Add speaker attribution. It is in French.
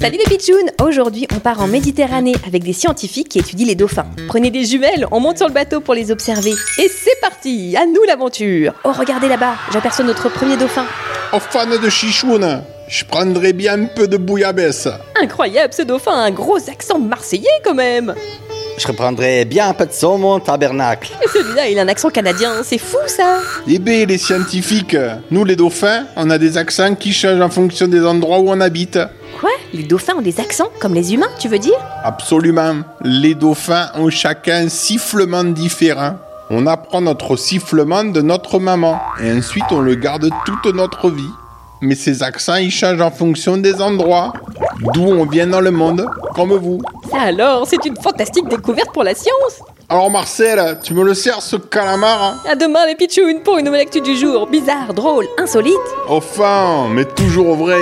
Speaker 1: Salut les pitchounes Aujourd'hui, on part en Méditerranée avec des scientifiques qui étudient les dauphins. Prenez des jumelles, on monte sur le bateau pour les observer. Et c'est parti À nous l'aventure Oh, regardez là-bas, j'aperçois notre premier dauphin.
Speaker 2: En fan de chichoune, je prendrais bien un peu de bouillabaisse.
Speaker 1: Incroyable, ce dauphin a un gros accent marseillais quand même
Speaker 3: Je reprendrai bien un peu de saumon, tabernacle.
Speaker 1: Et celui-là, il a un accent canadien, c'est fou ça
Speaker 2: Eh bien, les scientifiques, nous les dauphins, on a des accents qui changent en fonction des endroits où on habite.
Speaker 1: Quoi Les dauphins ont des accents comme les humains, tu veux dire
Speaker 2: Absolument, les dauphins ont chacun un sifflement différent. On apprend notre sifflement de notre maman et ensuite on le garde toute notre vie. Mais ces accents, ils changent en fonction des endroits, d'où on vient dans le monde, comme vous.
Speaker 1: Ça alors, c'est une fantastique découverte pour la science
Speaker 2: Alors Marcel, tu me le sers ce calamar hein
Speaker 1: À demain les pitchounes pour une nouvelle actu du jour, bizarre, drôle, insolite
Speaker 2: Enfin, mais toujours vrai.